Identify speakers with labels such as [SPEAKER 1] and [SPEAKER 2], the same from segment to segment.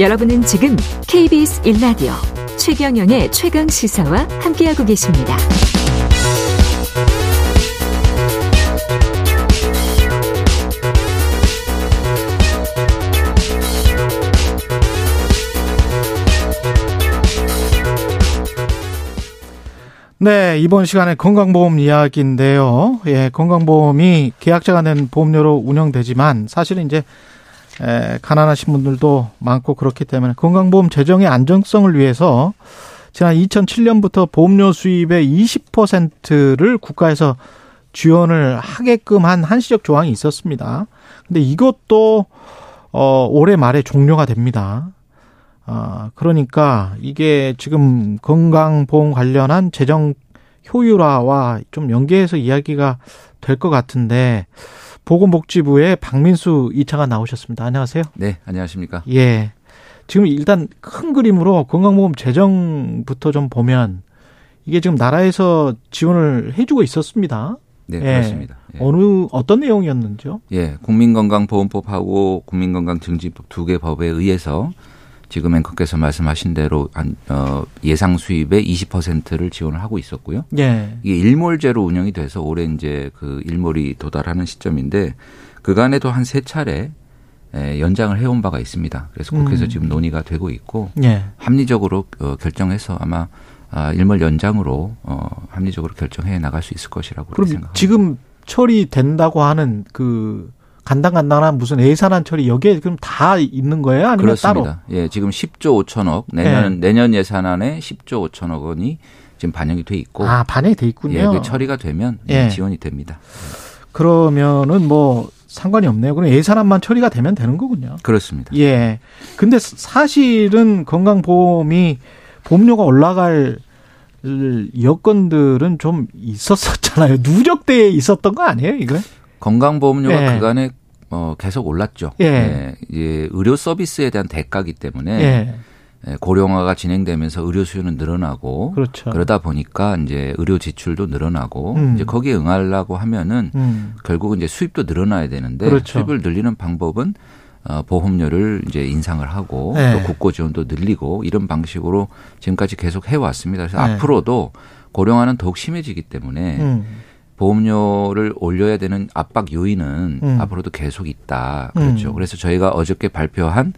[SPEAKER 1] 여러분은 지금 KBS 1라디오 최경영의 최강 시사와 함께하고 계십니다.
[SPEAKER 2] 네, 이번 시간에 건강보험 이야기인데요. 예, 건강보험이 계약자가 낸 보험료로 운영되지만 사실은 이제 에, 가난하신 분들도 많고 그렇기 때문에 건강보험 재정의 안정성을 위해서 지난 2007년부터 보험료 수입의 20%를 국가에서 지원을 하게끔 한 한시적 조항이 있었습니다. 근데 이것도 어 올해 말에 종료가 됩니다. 아, 그러니까 이게 지금 건강보험 관련한 재정 효율화와 좀 연계해서 이야기가 될 것 같은데 보건복지부의 박민수 이차가 나오셨습니다. 안녕하세요.
[SPEAKER 3] 네, 안녕하십니까.
[SPEAKER 2] 예. 지금 일단 큰 그림으로 건강보험 재정부터 좀 보면 이게 지금 나라에서 지원을 해주고 있었습니다.
[SPEAKER 3] 네, 그렇습니다.
[SPEAKER 2] 예. 어느 어떤 내용이었는지요?
[SPEAKER 3] 예, 국민건강보험법하고 국민건강증진법 두 개 법에 의해서 지금 앵커께서 말씀하신 대로 한, 어, 예상 수입의 20%를 지원을 하고 있었고요.
[SPEAKER 2] 예.
[SPEAKER 3] 이게 일몰제로 운영이 돼서 올해 이제 그 일몰이 도달하는 시점인데 그간에도 한 세 차례 예, 연장을 해온 바가 있습니다. 그래서 국회에서
[SPEAKER 2] 음.
[SPEAKER 3] 지금 논의가 되고 있고
[SPEAKER 2] 예.
[SPEAKER 3] 합리적으로 어, 결정해서 아마 아, 일몰 연장으로 어, 합리적으로 결정해 나갈 수 있을 것이라고
[SPEAKER 2] 그럼
[SPEAKER 3] 생각합니다.
[SPEAKER 2] 지금 처리된다고 하는 그 간당간당한 무슨 예산안 처리 여기에 그럼 다 있는 거예요? 아니면 따로?
[SPEAKER 3] 그렇습니다. 예, 지금 10조 5천억 내년
[SPEAKER 2] 네.
[SPEAKER 3] 내년 예산안에 10조 5천억 원이 지금 반영이 돼 있고
[SPEAKER 2] 아 반영이 돼
[SPEAKER 3] 예,
[SPEAKER 2] 있군요.
[SPEAKER 3] 그 처리가 되면 예,
[SPEAKER 2] 예.
[SPEAKER 3] 지원이 됩니다.
[SPEAKER 2] 그러면은 뭐 상관이 없네요. 그럼 예산안만 처리가 되면 되는 거군요.
[SPEAKER 3] 그렇습니다.
[SPEAKER 2] 예. 근데 사- 사실은 건강보험이 보험료가 올라갈 여건들은 좀 있었었잖아요. 누적대에 있었던 거 아니에요, 이거?
[SPEAKER 3] 건강보험료가
[SPEAKER 2] 예.
[SPEAKER 3] 그간에 어, 계속 올랐죠.
[SPEAKER 2] 예.
[SPEAKER 3] 예, 의료 서비스에 대한 대가기 때문에
[SPEAKER 2] 예.
[SPEAKER 3] 예, 고령화가 진행되면서 의료 수요는 늘어나고
[SPEAKER 2] 그렇죠.
[SPEAKER 3] 러다 보니까 이제 의료 지출도 늘어나고
[SPEAKER 2] 음.
[SPEAKER 3] 이제 거기에 응하려고 하면은
[SPEAKER 2] 음.
[SPEAKER 3] 결국은 이제 수입도 늘어나야 되는데
[SPEAKER 2] 그렇죠.
[SPEAKER 3] 수입을 늘리는 방법은 어, 보험료를 이제 인상을 하고
[SPEAKER 2] 네.
[SPEAKER 3] 또 국고 지원도 늘리고 이런 방식으로 지금까지 계속 해왔습니다. 그래서
[SPEAKER 2] 네.
[SPEAKER 3] 앞으로도 고령화는 더욱 심해지기 때문에
[SPEAKER 2] 음.
[SPEAKER 3] 보험료를 올려야 되는 압박 요인은
[SPEAKER 2] 음.
[SPEAKER 3] 앞으로도 계속 있다. 그렇죠.
[SPEAKER 2] 음.
[SPEAKER 3] 그래서 저희가 어저께 발표한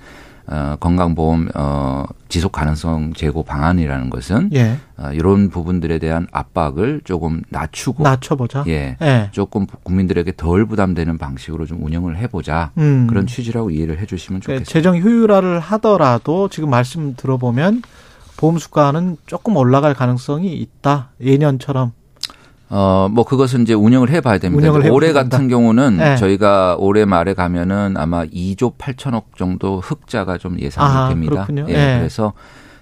[SPEAKER 3] 어, 건강보험 어, 지속 가능성 제고 방안이라는 것은
[SPEAKER 2] 예.
[SPEAKER 3] 어, 이런 부분들에 대한 압박을 조금 낮추고
[SPEAKER 2] 낮춰보자.
[SPEAKER 3] 예.
[SPEAKER 2] 예.
[SPEAKER 3] 조금 국민들에게 덜 부담되는 방식으로 좀 운영을 해보자
[SPEAKER 2] 음.
[SPEAKER 3] 그런 취지라고 이해를 해주시면
[SPEAKER 2] 그러니까
[SPEAKER 3] 좋겠습니다.
[SPEAKER 2] 재정 효율화를 하더라도 지금 말씀 들어보면 보험 수가는 조금 올라갈 가능성이 있다. 예년처럼.
[SPEAKER 3] 어, 뭐 그것은 이제 운영을 해봐야 됩니다.
[SPEAKER 2] 운영을
[SPEAKER 3] 이제 올해
[SPEAKER 2] 해보셔야
[SPEAKER 3] 같은 경우는
[SPEAKER 2] 네.
[SPEAKER 3] 저희가 올해 말에 가면은 아마 2조 8천억 정도 흑자가 좀 예상이
[SPEAKER 2] 아,
[SPEAKER 3] 됩니다.
[SPEAKER 2] 그렇군요.
[SPEAKER 3] 예,
[SPEAKER 2] 네.
[SPEAKER 3] 그래서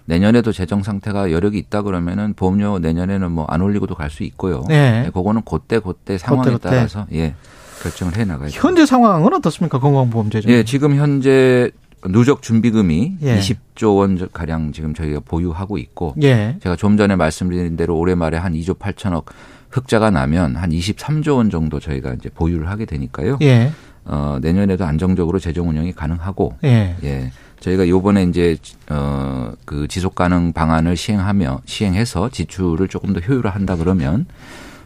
[SPEAKER 3] 내년에도 재정 상태가 여력이 있다 그러면은 보험료 내년에는 뭐 안 올리고도 갈 수 있고요.
[SPEAKER 2] 네.
[SPEAKER 3] 예, 그거는 그때 그때 상황에
[SPEAKER 2] 그때.
[SPEAKER 3] 따라서 예 결정을 해 나가야 됩니다.
[SPEAKER 2] 현재 상황은 어떻습니까? 건강보험 재정.
[SPEAKER 3] 예, 지금 현재 누적 준비금이
[SPEAKER 2] 예.
[SPEAKER 3] 20조 원 가량 지금 저희가 보유하고 있고
[SPEAKER 2] 예.
[SPEAKER 3] 제가 좀 전에 말씀드린 대로 올해 말에 한 2조 8천억 흑자가 나면 한 23조 원 정도 저희가 이제 보유를 하게 되니까요.
[SPEAKER 2] 예.
[SPEAKER 3] 어, 내년에도 안정적으로 재정 운영이 가능하고
[SPEAKER 2] 예.
[SPEAKER 3] 예. 저희가 요번에 이제 어, 그 지속 가능 방안을 시행하며 시행해서 지출을 조금 더 효율화한다 그러면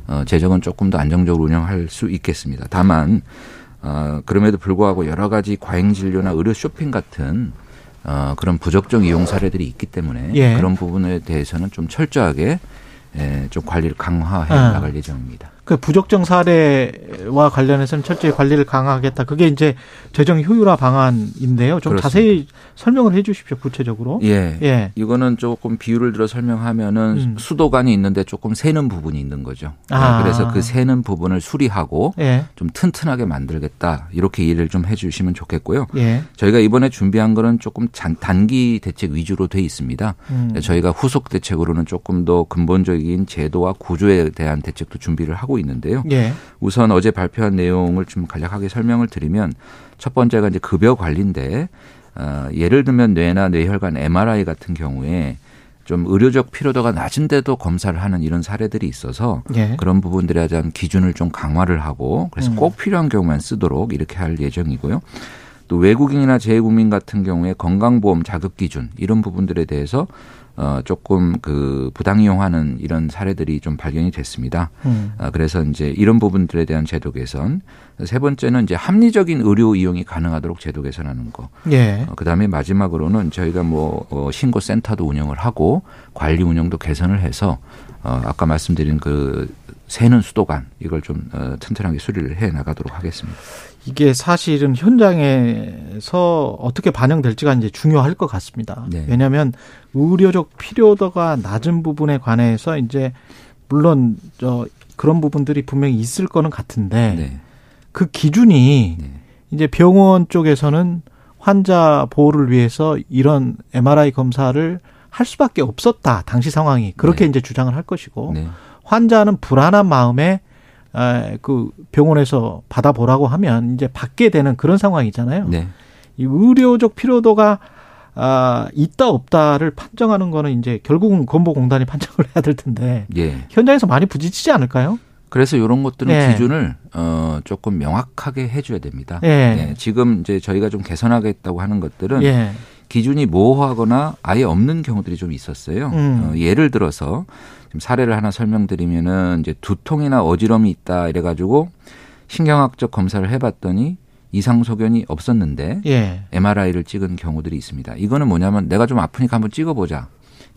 [SPEAKER 3] 어, 재정은 조금 더 안정적으로 운영할 수 있겠습니다. 다만 어, 그럼에도 불구하고 여러 가지 과잉 진료나 의료 쇼핑 같은 어, 그런 부적정 이용 사례들이 있기 때문에
[SPEAKER 2] 예.
[SPEAKER 3] 그런 부분에 대해서는 좀 철저하게 예, 좀 관리를 강화해
[SPEAKER 2] 아.
[SPEAKER 3] 나갈 예정입니다.
[SPEAKER 2] 그 부적정 사례와 관련해서는 철저히 관리를 강화하겠다. 그게 이제 재정 효율화 방안인데요. 좀
[SPEAKER 3] 그렇습니다.
[SPEAKER 2] 자세히 설명을 해 주십시오. 구체적으로.
[SPEAKER 3] 예.
[SPEAKER 2] 예.
[SPEAKER 3] 이거는 조금 비율을 들어 설명하면은
[SPEAKER 2] 음.
[SPEAKER 3] 수도관이 있는데 조금 새는 부분이 있는 거죠.
[SPEAKER 2] 아.
[SPEAKER 3] 그래서 그 새는 부분을 수리하고
[SPEAKER 2] 예.
[SPEAKER 3] 좀 튼튼하게 만들겠다 이렇게 이해를 좀 해주시면 좋겠고요.
[SPEAKER 2] 예.
[SPEAKER 3] 저희가 이번에 준비한 거는 조금 잔- 단기 대책 위주로 돼 있습니다. 네,
[SPEAKER 2] 음.
[SPEAKER 3] 저희가 후속 대책으로는 조금 더 근본적인 제도와 구조에 대한 대책도 준비를 하고 있는데요.
[SPEAKER 2] 예.
[SPEAKER 3] 우선 어제 발표한 내용을 좀 간략하게 설명을 드리면 첫 번째가 이제 급여 관리인데 어, 예를 들면 뇌나 뇌혈관 MRI 같은 경우에 좀 의료적 필요도가 낮은데도 검사를 하는 이런 사례들이 있어서
[SPEAKER 2] 예.
[SPEAKER 3] 그런 부분들에 대한 기준을 좀 강화를 하고 그래서
[SPEAKER 2] 음.
[SPEAKER 3] 꼭 필요한 경우만 쓰도록 이렇게 할 예정이고요. 또 외국인이나 재외국민 같은 경우에 건강보험 자급 기준 이런 부분들에 대해서 어 조금 그 부당 이용하는 이런 사례들이 좀 발견이 됐습니다.
[SPEAKER 2] 음.
[SPEAKER 3] 아, 그래서 이제 이런 부분들에 대한 제도 개선. 세 번째는 이제 합리적인 의료 이용이 가능하도록 제도 개선하는 거.
[SPEAKER 2] 예.
[SPEAKER 3] 어, 그다음에 마지막으로는 저희가 뭐 어, 신고 센터도 운영을 하고 관리 운영도 개선을 해서 어, 아까 말씀드린 그 새는 수도관 이걸 좀 어, 튼튼하게 수리를 해 나가도록 하겠습니다.
[SPEAKER 2] 이게 사실은 현장에서 어떻게 반영될지가 이제 중요할 것 같습니다.
[SPEAKER 3] 네.
[SPEAKER 2] 왜냐하면 의료적 필요도가 낮은 부분에 관해서 이제 물론 저 그런 부분들이 분명히 있을 거는 같은데
[SPEAKER 3] 네.
[SPEAKER 2] 그 기준이
[SPEAKER 3] 네.
[SPEAKER 2] 이제 병원 쪽에서는 환자 보호를 위해서 이런 MRI 검사를 할 수밖에 없었다. 당시 상황이 그렇게 이제 주장을 할 것이고
[SPEAKER 3] 네.
[SPEAKER 2] 환자는 불안한 마음에 에, 그 병원에서 받아보라고 하면 이제 받게 되는 그런 상황이잖아요.
[SPEAKER 3] 네.
[SPEAKER 2] 이 의료적 필요도가 아, 있다 없다를 판정하는 거는 이제 결국은 건보공단이 판정을 해야 될 텐데
[SPEAKER 3] 예.
[SPEAKER 2] 현장에서 많이 부딪히지 않을까요?
[SPEAKER 3] 그래서 이런 것들은
[SPEAKER 2] 네.
[SPEAKER 3] 기준을 어 조금 명확하게 해줘야 됩니다.
[SPEAKER 2] 예.
[SPEAKER 3] 네, 지금 이제 저희가 좀 개선하겠다고 하는 것들은
[SPEAKER 2] 예.
[SPEAKER 3] 기준이 모호하거나 아예 없는 경우들이 좀 있었어요.
[SPEAKER 2] 음.
[SPEAKER 3] 어, 예를 들어서 지금 사례를 하나 설명드리면은 이제 두통이나 어지럼이 있다 이래가지고 신경학적 검사를 해봤더니 이상 소견이 없었는데
[SPEAKER 2] 예.
[SPEAKER 3] MRI를 찍은 경우들이 있습니다. 이거는 뭐냐면 내가 좀 아프니까 한번 찍어보자.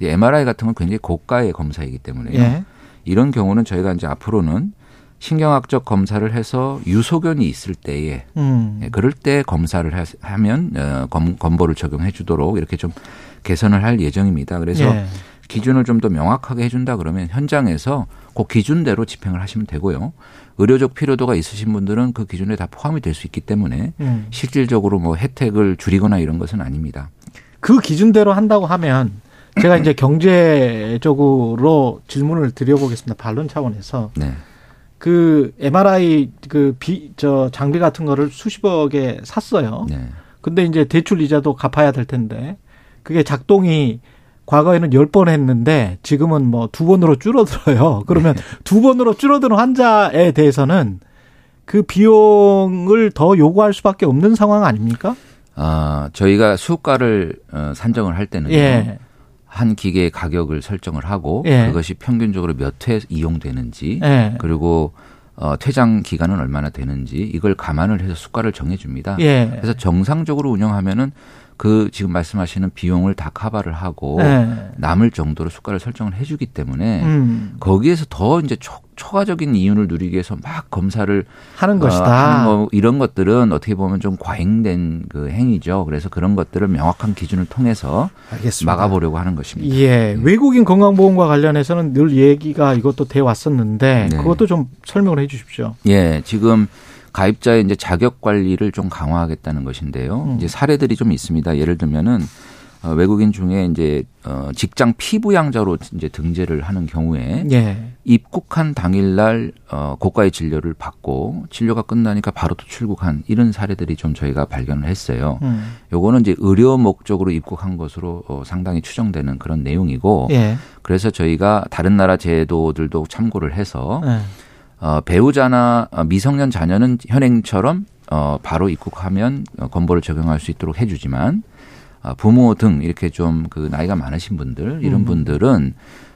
[SPEAKER 3] 이 MRI 같은 건 굉장히 고가의 검사이기 때문에 요
[SPEAKER 2] 예.
[SPEAKER 3] 이런 경우는 저희가 이제 앞으로는 신경학적 검사를 해서 유소견이 있을 때에
[SPEAKER 2] 음.
[SPEAKER 3] 예, 그럴 때 검사를 하- 하면 어, 검, 검보를 적용해 주도록 이렇게 좀 개선을 할 예정입니다. 그래서
[SPEAKER 2] 예.
[SPEAKER 3] 기준을 좀 더 명확하게 해준다 그러면 현장에서 그 기준대로 집행을 하시면 되고요. 의료적 필요도가 있으신 분들은 그 기준에 다 포함이 될 수 있기 때문에
[SPEAKER 2] 음.
[SPEAKER 3] 실질적으로 뭐 혜택을 줄이거나 이런 것은 아닙니다.
[SPEAKER 2] 그 기준대로 한다고 하면 제가 이제 경제적으로 질문을 드려보겠습니다. 반론 차원에서
[SPEAKER 3] 네.
[SPEAKER 2] 그 MRI 그 비 저 장비 같은 거를 수십억에 샀어요.
[SPEAKER 3] 네.
[SPEAKER 2] 근데 이제 대출 이자도 갚아야 될 텐데 그게 작동이 과거에는 열 번 했는데 지금은 뭐 두 번으로 줄어들어요. 그러면
[SPEAKER 3] 네.
[SPEAKER 2] 두 번으로 줄어드는 환자에 대해서는 그 비용을 더 요구할 수밖에 없는 상황 아닙니까?
[SPEAKER 3] 아, 저희가 수가를 어, 산정을 할 때는
[SPEAKER 2] 예.
[SPEAKER 3] 한 기계의 가격을 설정을 하고
[SPEAKER 2] 예.
[SPEAKER 3] 그것이 평균적으로 몇 회 이용되는지
[SPEAKER 2] 예.
[SPEAKER 3] 네. 그리고 어, 퇴장 기간은 얼마나 되는지 이걸 감안을 해서 수가를 정해줍니다.
[SPEAKER 2] 예.
[SPEAKER 3] 그래서 정상적으로 운영하면은 그 지금 말씀하시는 비용을 다 커버를 하고
[SPEAKER 2] 예.
[SPEAKER 3] 남을 정도로 수가를 설정을 해주기 때문에
[SPEAKER 2] 음.
[SPEAKER 3] 거기에서 더 이제 초, 초과적인 이윤을 누리기 위해서 막 검사를
[SPEAKER 2] 하는
[SPEAKER 3] 어,
[SPEAKER 2] 것이다.
[SPEAKER 3] 하는 거, 이런 것들은 어떻게 보면 좀 과잉된 그 행위죠. 그래서 그런 것들을 명확한 기준을 통해서
[SPEAKER 2] 알겠습니다.
[SPEAKER 3] 막아보려고 하는 것입니다.
[SPEAKER 2] 예, 외국인 건강보험과 관련해서는 늘 얘기가 이것도 돼 왔었는데
[SPEAKER 3] 네.
[SPEAKER 2] 그것도 좀 설명을 해 주십시오.
[SPEAKER 3] 예, 지금 가입자의 이제 자격 관리를 좀 강화하겠다는 것인데요.
[SPEAKER 2] 음.
[SPEAKER 3] 이제 사례들이 좀 있습니다. 예를 들면은 어, 외국인 중에 이제 어, 직장 피부양자로 이제 등재를 하는 경우에
[SPEAKER 2] 예.
[SPEAKER 3] 입국한 당일날 어, 고가의 진료를 받고 진료가 끝나니까 바로 또 출국한 이런 사례들이 좀 저희가 발견을 했어요.
[SPEAKER 2] 음.
[SPEAKER 3] 요거는 이제 의료 목적으로 입국한 것으로 어, 상당히 추정되는 그런 내용이고
[SPEAKER 2] 예.
[SPEAKER 3] 그래서 저희가 다른 나라 제도들도 참고를 해서
[SPEAKER 2] 예.
[SPEAKER 3] 어, 배우자나 어, 미성년 자녀는 현행처럼 어, 바로 입국하면 어, 건보를 적용할 수 있도록 해주지만 어, 부모 등 이렇게 좀 그 나이가 많으신 분들 이런
[SPEAKER 2] 음.
[SPEAKER 3] 분들은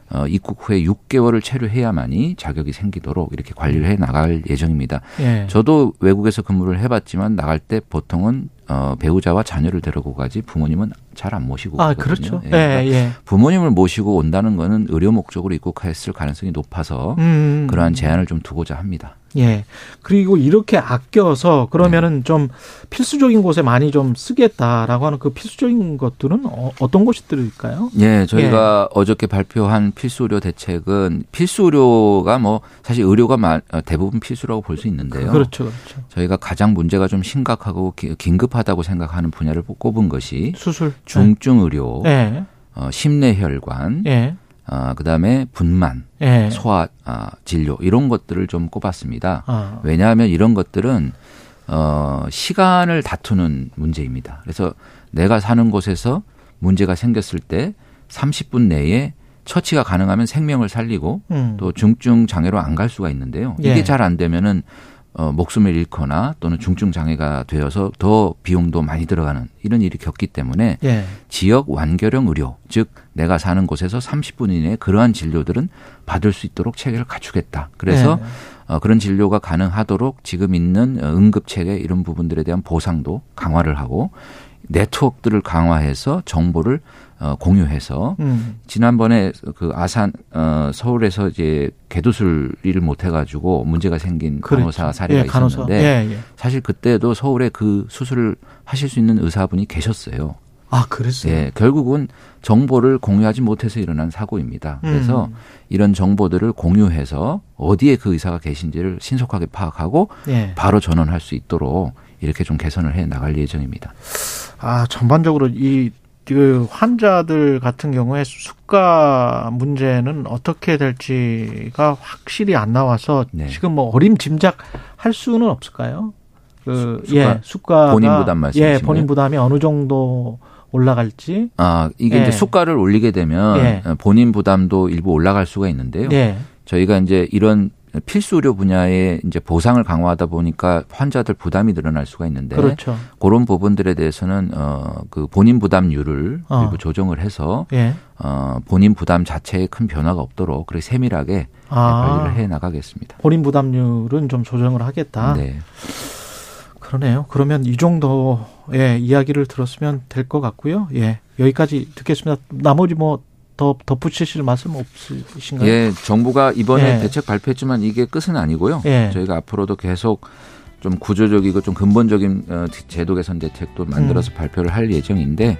[SPEAKER 3] 어, 입국 후에 6개월을 체류해야만이 자격이 생기도록 이렇게 관리를 해 나갈 예정입니다.
[SPEAKER 2] 예.
[SPEAKER 3] 저도 외국에서 근무를 해봤지만 나갈 때 보통은 어, 배우자와 자녀를 데리고 가지 부모님은 잘 안 모시고
[SPEAKER 2] 아,
[SPEAKER 3] 가거든요.
[SPEAKER 2] 그렇죠.
[SPEAKER 3] 예,
[SPEAKER 2] 예,
[SPEAKER 3] 그러니까
[SPEAKER 2] 예.
[SPEAKER 3] 부모님을 모시고 온다는 거는 의료 목적으로 입국했을 가능성이 높아서
[SPEAKER 2] 음.
[SPEAKER 3] 어, 그러한 제한을 좀 두고자 합니다.
[SPEAKER 2] 예. 그리고 이렇게 아껴서
[SPEAKER 3] 네.
[SPEAKER 2] 그러면은 좀 필수적인 곳에 많이 좀 쓰겠다라고 하는 그 필수적인 것들은 어, 어떤 것들일까요?
[SPEAKER 3] 예, 저희가 어저께 발표한 필수 의료 대책은 필수 의료가 뭐 사실 의료가 마- 어, 대부분 필수라고 볼 수 있는데요.
[SPEAKER 2] 그렇죠. 그렇죠.
[SPEAKER 3] 저희가 가장 문제가 좀 심각하고 기- 긴급하다고 생각하는 분야를 뽑- 꼽은 것이
[SPEAKER 2] 수술.
[SPEAKER 3] 중증 의료,
[SPEAKER 2] 예.
[SPEAKER 3] 어, 심내혈관,
[SPEAKER 2] 예.
[SPEAKER 3] 어, 그다음에 분만,
[SPEAKER 2] 예.
[SPEAKER 3] 소화 아, 진료 이런 것들을 좀 꼽았습니다.
[SPEAKER 2] 아.
[SPEAKER 3] 왜냐하면 이런 것들은 어, 시간을 다투는 문제입니다. 그래서 내가 사는 곳에서 문제가 생겼을 때 30분 내에 처치가 가능하면 생명을 살리고
[SPEAKER 2] 음.
[SPEAKER 3] 또 중증 장애로 안 갈 수가 있는데요.
[SPEAKER 2] 예.
[SPEAKER 3] 이게 잘 안 되면은 어, 목숨을 잃거나 또는 중증 장애가 되어서 더 비용도 많이 들어가는 이런 일이 겪기 때문에
[SPEAKER 2] 예.
[SPEAKER 3] 지역 완결형 의료, 즉 내가 사는 곳에서 30분 이내에 그러한 진료들은 받을 수 있도록 체계를 갖추겠다.
[SPEAKER 2] 예.
[SPEAKER 3] 그래서 어, 그런 진료가 가능하도록 지금 있는 어, 응급 체계 이런 부분들에 대한 보상도 강화를 하고 네트워크들을 강화해서 정보를 어, 공유해서
[SPEAKER 2] 음.
[SPEAKER 3] 지난번에 그 아산 어 서울에서 이제 개도술 일을 못 해가지고 문제가 생긴
[SPEAKER 2] 그렇죠.
[SPEAKER 3] 간호사 사례가
[SPEAKER 2] 예, 간호사.
[SPEAKER 3] 있었는데
[SPEAKER 2] 예, 예.
[SPEAKER 3] 사실 그때도 서울에 그 수술을 하실 수 있는 의사분이 계셨어요.
[SPEAKER 2] 아, 그랬어요.
[SPEAKER 3] 예, 결국은 정보를 공유하지 못해서 일어난 사고입니다. 그래서
[SPEAKER 2] 음.
[SPEAKER 3] 이런 정보들을 공유해서 어디에 그 의사가 계신지를 신속하게 파악하고
[SPEAKER 2] 예.
[SPEAKER 3] 바로 전원할 수 있도록 이렇게 좀 개선을 해 나갈 예정입니다.
[SPEAKER 2] 아, 전반적으로 이, 그, 환자들 같은 경우에 수가 문제는 어떻게 될지가 확실히 안 나와서
[SPEAKER 3] 네.
[SPEAKER 2] 지금 뭐 어림짐작 할 수는 없을까요? 그,
[SPEAKER 3] 수- 수가?
[SPEAKER 2] 예, 수가.
[SPEAKER 3] 본인 부담 말씀이신
[SPEAKER 2] 예, 본인
[SPEAKER 3] 거예요?
[SPEAKER 2] 부담이 어느 정도 올라갈지.
[SPEAKER 3] 아, 이게
[SPEAKER 2] 예.
[SPEAKER 3] 이제 수가를 올리게 되면 어,
[SPEAKER 2] 예.
[SPEAKER 3] 본인 부담도 일부 올라갈 수가 있는데요.
[SPEAKER 2] 예.
[SPEAKER 3] 저희가 이제 이런 필수 의료 분야에 이제 보상을 강화하다 보니까 환자들 부담이 늘어날 수가 있는데
[SPEAKER 2] 그렇죠.
[SPEAKER 3] 그런 부분들에 대해서는 어그 본인 부담률을
[SPEAKER 2] 어.
[SPEAKER 3] 일부 조정을 해서
[SPEAKER 2] 예.
[SPEAKER 3] 어 본인 부담 자체에 큰 변화가 없도록 그렇게 세밀하게
[SPEAKER 2] 아.
[SPEAKER 3] 네, 관리를 해 나가겠습니다.
[SPEAKER 2] 본인 부담률은 좀 조정을 하겠다.
[SPEAKER 3] 네.
[SPEAKER 2] 그러네요. 그러면 이 정도 예, 이야기를 들었으면 될 것 같고요. 예. 여기까지 듣겠습니다. 나머지 뭐 더 덧붙이실 말씀 없으신가요?
[SPEAKER 3] 예, 정부가 이번에
[SPEAKER 2] 그러니까 예.
[SPEAKER 3] 대책 발표했지만 이게 끝은 아니고요.
[SPEAKER 2] 예.
[SPEAKER 3] 저희가 앞으로도 계속 좀 구조적이고 좀 근본적인 어, 제도 개선 대책도
[SPEAKER 2] 음.
[SPEAKER 3] 만들어서 발표를 할 예정인데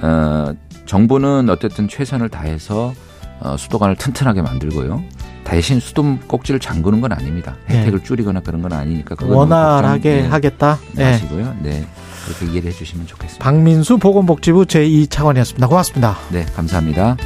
[SPEAKER 3] 어, 정부는 어쨌든 최선을 다해서 어, 수도관을 튼튼하게 만들고요. 대신 수도 꼭지를 잠그는 건 아닙니다.
[SPEAKER 2] 예.
[SPEAKER 3] 혜택을 줄이거나 그런 건 아니니까 그건 너무
[SPEAKER 2] 원활하게
[SPEAKER 3] 걱정, 예,
[SPEAKER 2] 하겠다. 예.
[SPEAKER 3] 마시고요. 네, 그렇게 이해를 해주시면 좋겠습니다.
[SPEAKER 2] 박민수 보건복지부 제2차관이었습니다. 고맙습니다.
[SPEAKER 3] 네, 감사합니다.